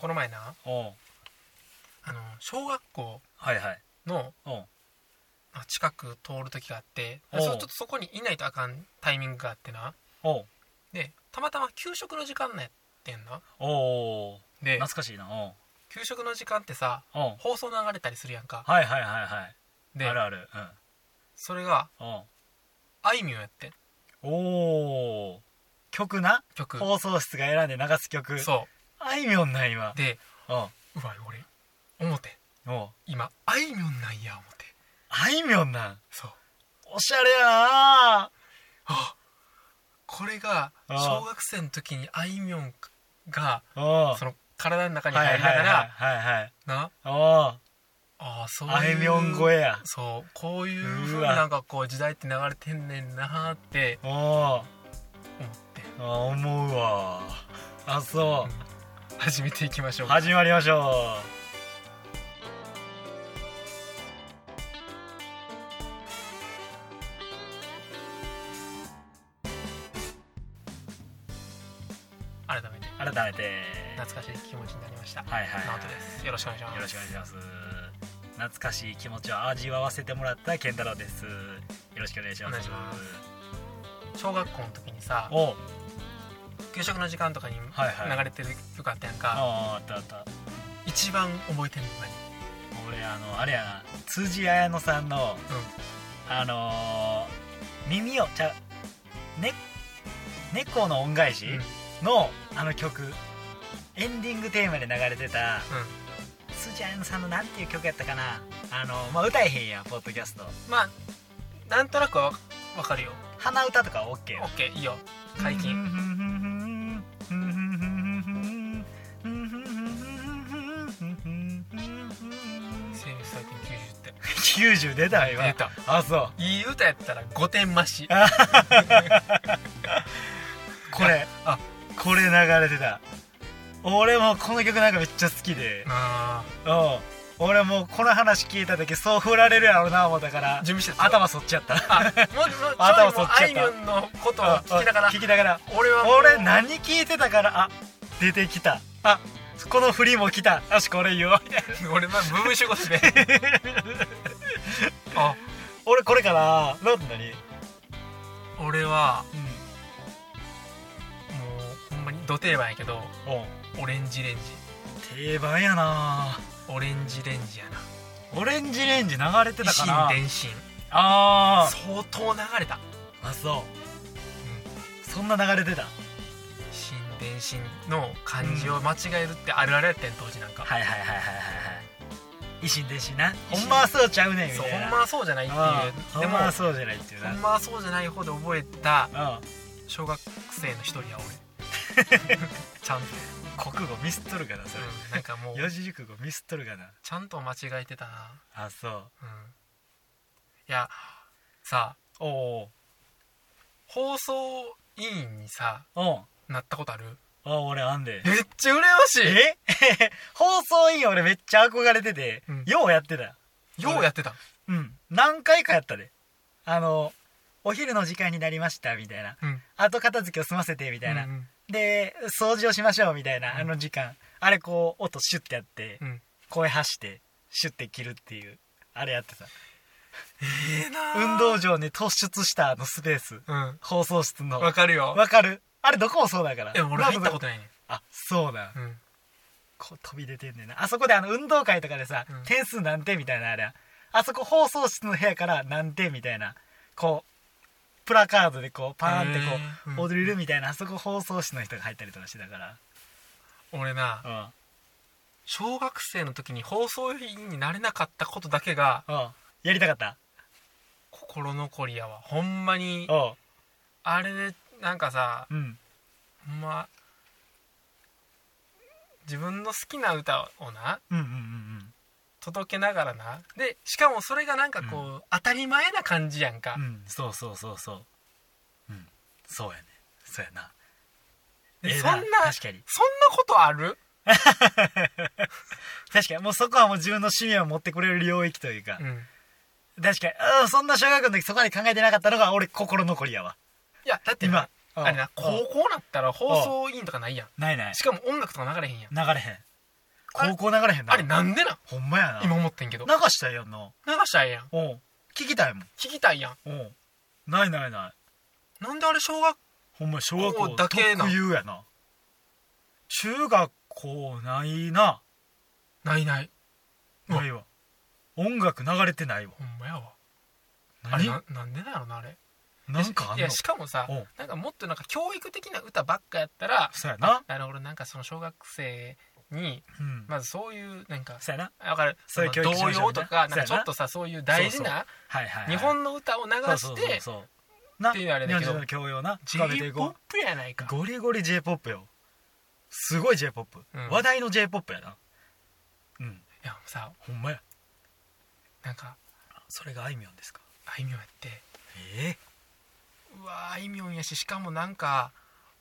この前なおうあの小学校はいはいのおうあ近く通る時があっておうそちょっとそこにいないとあかんタイミングがあってなおうでたまたま給食の時間なんやってんなおうで懐かしいなおう給食の時間ってさおう放送流れたりするやんかはいはいはいはでいあるあるそれがうんおうあいみょんやってんおお曲な曲放送室が選んで流す曲そあいみょんなん今うでおうわ俺思てんうおう今あいみょんなんや思てあいみょんなんそうおしゃれやなあこれがああ小学生の時にあいみょんがおうその体の中にはいは入いりながはいらはいはいなおうああそういうあいみょん声やそうこういうふううにわなんかこう時代って流れてんねんなーっておう思ってあ思うわあそう始めていきましょうか始まりましょ改めてう改めて懐かしい気持ちになりましたはいはい、直は人ですよろしくお願いしますい、よろしくお願いします懐かしい気持ちを味わわせてもらった健太郎ですよろしくお願いしおます願いします小学校の時にさお給食の時間とかにはいはい流れてる曲あったやんか、ああったあった一番覚えてるの俺あのあれやな辻彩乃さんの何うんあのー耳をちゃうね猫の恩返しうんの、あの曲エンディングテーマで流れてたうん辻彩乃さんのなんていう曲やったかなあのまあ歌えへんやんポッドキャストまあなんとなくはわわかるよ鼻歌とかはオ OK よッケーいいよ解禁生命最近90って90出た今出たあそういい歌やったら5点増 しこれあこれ流れてた俺もこの曲なんかめっちゃ好きであうん俺もうこの話聞いた時そう振られるやろうな思ったかーら準備してた頭そっちやったあもうもう 頭ちょいもうそっちあやいっみたょんのことを聞きながら聞きながら俺はもう俺何聞いてたからあ出てきたあこの振りも来たよしこれ言おう みたいな俺まあブーム仕事 であ俺これかななんだに俺はうもうほんまにど定番やけどんおうオレンジレンジ定番やなオレンジレンジやなオレンジレンジ流れて維たか新な伝心あ相当流れたーあそう、そんな流れてた新電信の漢字を間違えるってあるあるやってん当時なんか、はいはいはいはいはいはい維新伝心な維新ほんまはそうちゃうねんみそうたいほなんまはそうじゃないっていあーうほでんもまはほそうじゃないっていうなんまはそうじゃない方で覚えたうん小学生の一人や 俺ちゃんと、国語ミスっとるかなそれ、うん、なんかもう四字熟語ミスっとるかなちゃんと間違えてたなあそううんいやさおお放送委員にさおおなったことあるあ俺あんでめっちゃ羨ましいえ 放送委員俺めっちゃ憧れてて、うんようやってたよようやってたうん何回かやったであのお昼の時間になりましたみたいなうんみ後片付けを済ませてみたいな、うんうんで掃除をしましょうみたいうな、んあの時間あれこう音シュッてやって、うん声発してシュッて切るっていうあれやってたええなあ運動場に突出したあのスペースうん放送室のわかるよわかるあれどこもそうだからでも俺入ったこととないねあそうだ、ん、うんこう飛び出てんねんなあそこであの運動会とかでさ、うん点数何点みたいなあれあそこ放送室の部屋から何点みたいなこうプラカードでこうパーンってこへーう踊れるみたいな、あそこ放送室の人が入ったりとかしてたから俺なうんうん小学生の時に放送委員になれなかったことだけがやりたかった心残りやわほんまにおうあれでなんかさうんほんま自分の好きな歌をなうんうんうん届けながらなでしかもそれがなんかこう、当たり前な感じやんか、うんうんそうそうそうそううんそうやねそうやなでええそんな確かにそんなことある、確かにもうそこはもう自分の趣味を持ってくれる領域というかう、ん、確かにうんそんな小学校の時そこまで考えてなかったのが俺心残りやわいやだって今あれなうん高校なったら放送委員とかないやんないないしかも音楽とか流れへんやん流れへん高校流れへんなあれなんでなんほんまやな今思ってんけど流したいやんな流したらええやんおう聞きたいもん聞きたいやんおうないないないなんであれ小学ほんま小学こ校うだけな特有やな中学校ないなないないうんないわ音楽流れてないわほんまやわあれ何ななんでなんやろなあれなんかあいんのやしかもさおうなんかもっとなんか教育的な歌ばっかやったらそうやなあの俺なんかその小学生にうんまずそういうなんかそうやなわかるそういう教育し童ましょう謡とかなんそうやかなちょっとさそういう大事なはいはいは日い本の歌を流そしうそうそうてそうなっていうあれだけど日本人の教養な j 深めてポいこッうプやないかゴリゴリ j p o p よすごい j p o p、うん話題の j p o p やなうんいやもうさほんまやなんかそれがあいみょんですかあいみょんやってえうわあいみょんやししかもなんか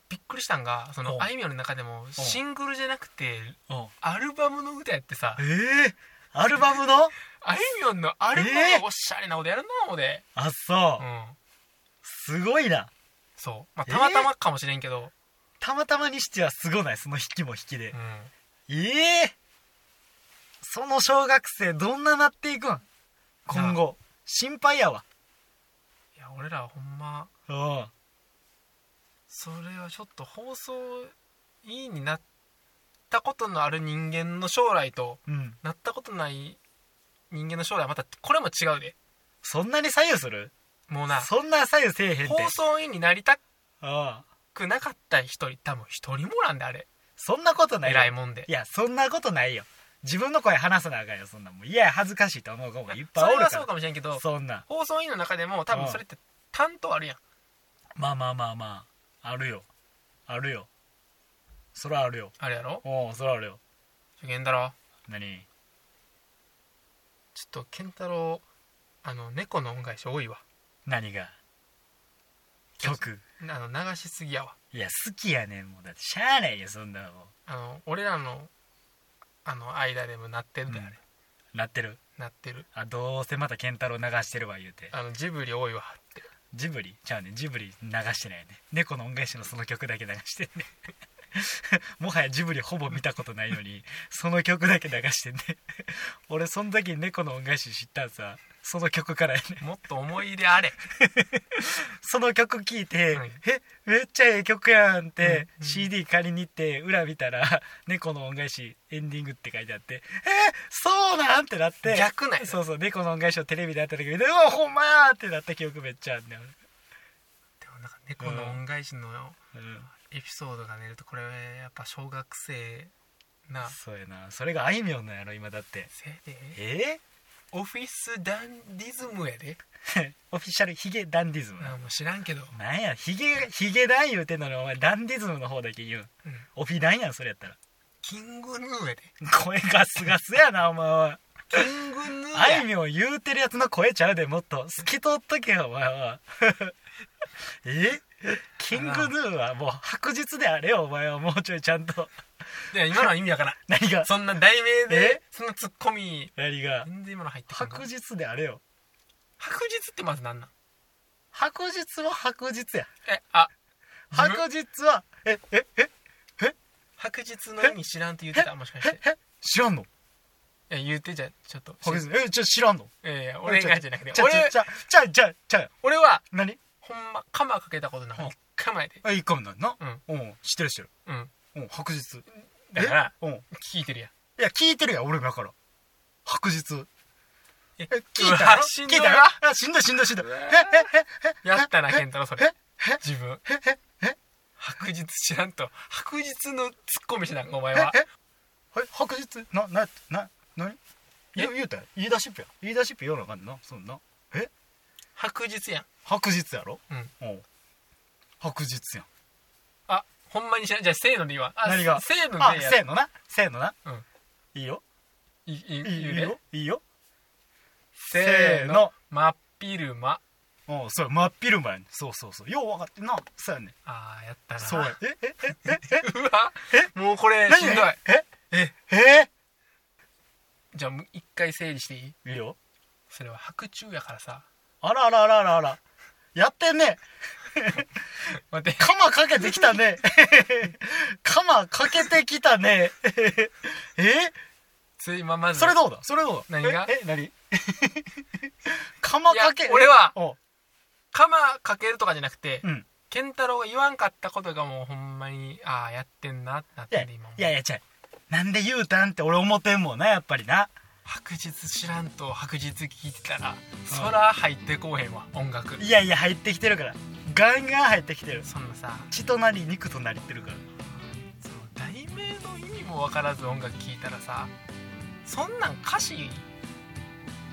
びっくりしたんがそおうのあいみょんの中でもシングルじゃなくてえうんアルバムの歌やってさええアルバム のあいみょんのアルバムえーがおしゃれなことやるな俺あそうう、んすごいなそうまあえーたまたまかもしれんけどたまたまにしてはすごないその引きも引きでう、んええその小学生どんななっていくん今後心配やわいや俺らはほんまうんそれはちょっと放送委員になったことのある人間の将来とうんなったことない人間の将来はまたこれも違うでそんなに左右するもうなそんな左右せえへんって放送委員になりたうんくなかった人多分一人もなんであれそんなことないよ偉いもんでいやそんなことないよ自分の声話さなあかんよそんなんもう嫌や恥ずかしいと思う子もいっそぱいれおるはかそうらかもしれんけどそんなん放送委員の中でも多分それって担当あるやんまあまあまあまああるよあるよそらあるよあれやろおおそらあるよ受験だろ何ちょっと健太郎あの猫の恩返し多いわ何が曲あの流しすぎやわいや好きやねんもうだってしゃあないよそんなのあの俺らのあの間でもなってるであれ、なってるなってるあどうせまた健太郎流してるわ言うてあのジブリ多いわってジブリちゃうねジブリ流してないよね猫の恩返しのその曲だけ流してんね もはやジブリほぼ見たことないのにその曲だけ流してんね俺その時に猫の恩返し知ったんさその曲からやねもっと思い入れあれその曲聴いて「はいえめっちゃええ曲やん」ってうん CD 借りに行って裏見たら 「猫の恩返しエンディング」って書いてあって「えそうなん?」ってなって逆なんやそうそう猫の恩返しをテレビでやった時見て「うわほんまや!」ってなった記憶めっちゃあんねんでもなんか猫の恩返しの俺うんエピソードが出るとこれやっぱ小学生なそうやなそれがあいみょんなんやろ今だってせいでえオフィスダンディズムやでー、オフィシャルヒゲダンディズムあもう知らんけどなんやヒゲヒゲダン言うてんのにお前ダンディズムの方だけ言うんうんオフィダンやんそれやったらキングヌーやで声ガスガスやなお前はキングヌーやあいみょん言うてるやつの声ちゃうでもっと透き通っとけよお前は えキングヌーはもう白日であれよお前はもうちょいちゃんといや今のは意味わからん何がそんな題名でえそんなツッコミ何が全然今の入ってこんか白ら日であれよ白日ってまずなんなん白日は白日やえあ自分白日はえええ白日の意味知らんって言ってたもしかしてええ知らんのいや言ってじゃあちょっと白日えじゃ知らんのいやいや俺がじゃなくてちゃ俺ちゃちゃちゃちゃ俺は何ほんまカマかけたことないうん一回前であいいかもななうんうん知ってる知ってるうんうん白日だからえうん聞いてるやんいや、聞いてるやん、俺もだから。白日。え、聞いうたわよし聞んいどいたよあしんどいしんどいしんどい。え、え、え、やったなえ健太郎それええ自分え、え、え、え、白日知らんと白日のツッコミしなんかお前はえ、え、白日な、な、な、なにえ言う言うたよ。言い出しっぺや。言い出しっぺ言わなあかんな、そんな。え白日やん白日やろうんおう白日やん。あほんまに知らんじゃあせーのでいいわあ何がせーのあで、やせーのな。せーのな。うんいいよ。いいいいいい言ういいねよ。いいよ。せーせーのの真っ昼間おうそう、真っ昼間やねそうそうそう。よう分かってんな。そうやね。あーやったなそうや。え、え、え、え、うわもうこれえ、しんどいえ、ええじゃあもう一回整理していいいいよ。それは白昼やからさあらあらあらあらあら。やってんね。待ってカマかけてきたね。 カマかけてきたね。 えついまあまずそれどうだそれどうだ何がええ何 カマかいけや俺はおカマかけるとかじゃなくて、うんケンタロウが言わんかったことがもうほんまにああやってんなってなっいてやいる今もやいや違うなんで言うたんって俺思ってんもんなやっぱりな白日知らんと白日聞いてたらそら入ってこうへんわ音楽いやいや入ってきてるからガンガン入ってきてるそんなさ血となり肉となりってるからその題名の意味も分からず音楽聴いたらさそんなん歌詞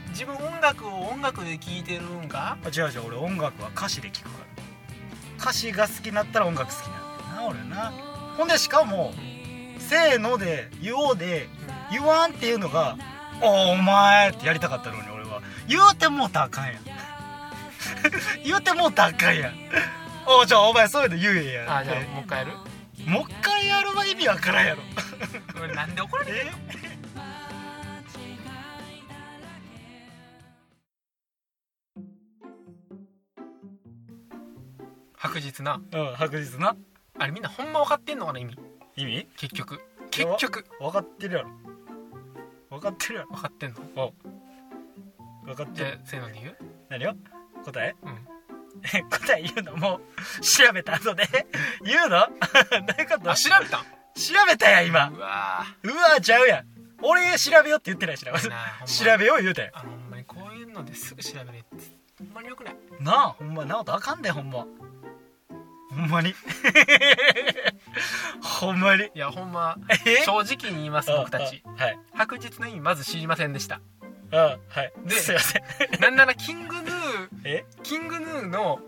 自分音楽を音楽で聴いてるんかあ違う違う俺音楽は歌詞で聴くから歌詞が好きになったら音楽好きなんだよな俺なほんでしかも「せーの」で「言おう」で「言わん」っていうのが「おーお前」ってやりたかったのに俺は言うてもうたらあかんや ん言うてもうたらあかんやんおーじゃあお前そういうの言えやあっじゃあてもう一回やるもう一回やるは意味わからんやろ俺なんで怒られてんの白日なうん白日なあれみんなほんま分かってんのかな意味意味結局結局分かってるやろ分かってるやろ分かってんの分かってじるゃあせーので言う何よ答え うんえ答え言うのもう調べた後で 言うのどういうことあ調べたん調べたやん今うわうわちゃうやん俺調べようって言ってないしなー調 なあほんまべよう言うたやあのほんまにこういうのですぐ調べるってほんまによくないんなあほんま直人あかんでほんまほんまに ほんまにいやほんまえ正直に言います僕たちああはい白日の意味まず知りませんでしたあはいですいませんなんならキングヌーえ キングヌーの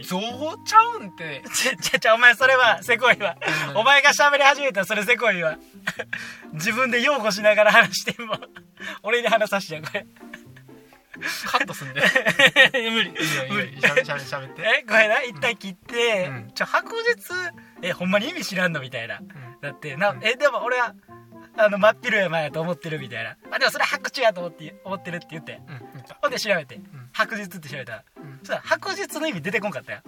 「ゾウちゃうん」ってちゃちゃちゃお前それはせこいわうん お前が喋り始めたらそれせこいわ 自分で擁護しながら話しても 俺に話させちゃうこれカットすんで 無理いいよいい無よ理いいよしゃべしゃべしゃべって、えこれな一旦切って、うんちょ白日えほんまに意味知らんのみたいなうんだってな、うんえでも俺はあの真っ昼や前やと思ってるみたいなあでもそれ白昼やと思って思ってるって言ってうん、見たほんで調べて、ん白日って調べたら、うんそしたら白日の意味出てこんかったよ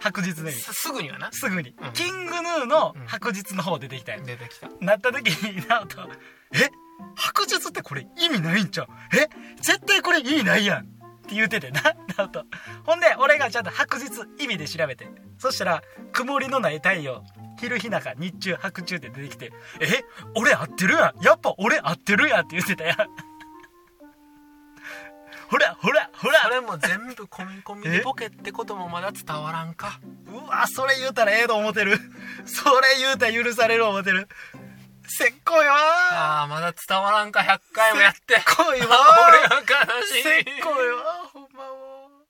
白日の意味すすぐにはなすぐに、うんキングヌーのうん白日の方出てきたよ、出てきたなった時になおと「え白日ってこれ意味ないんちゃうえ絶対これ意味ないやん」って言うててななおとほんで俺がちゃんと白日意味で調べてそしたら「曇りのない太陽昼日中日中白昼」って出てきて「え俺合ってるやんやっぱ俺合ってるやん」って言ってたやんほらほらほそられも全部込み込みえでボケってこともまだ伝わらんかうわそれ言うたらええと思ってるそれ言うたら許される思ってるせっこいわー あーまだ伝わらんか100回もやってせっこいわー 俺が悲しせいっこいわ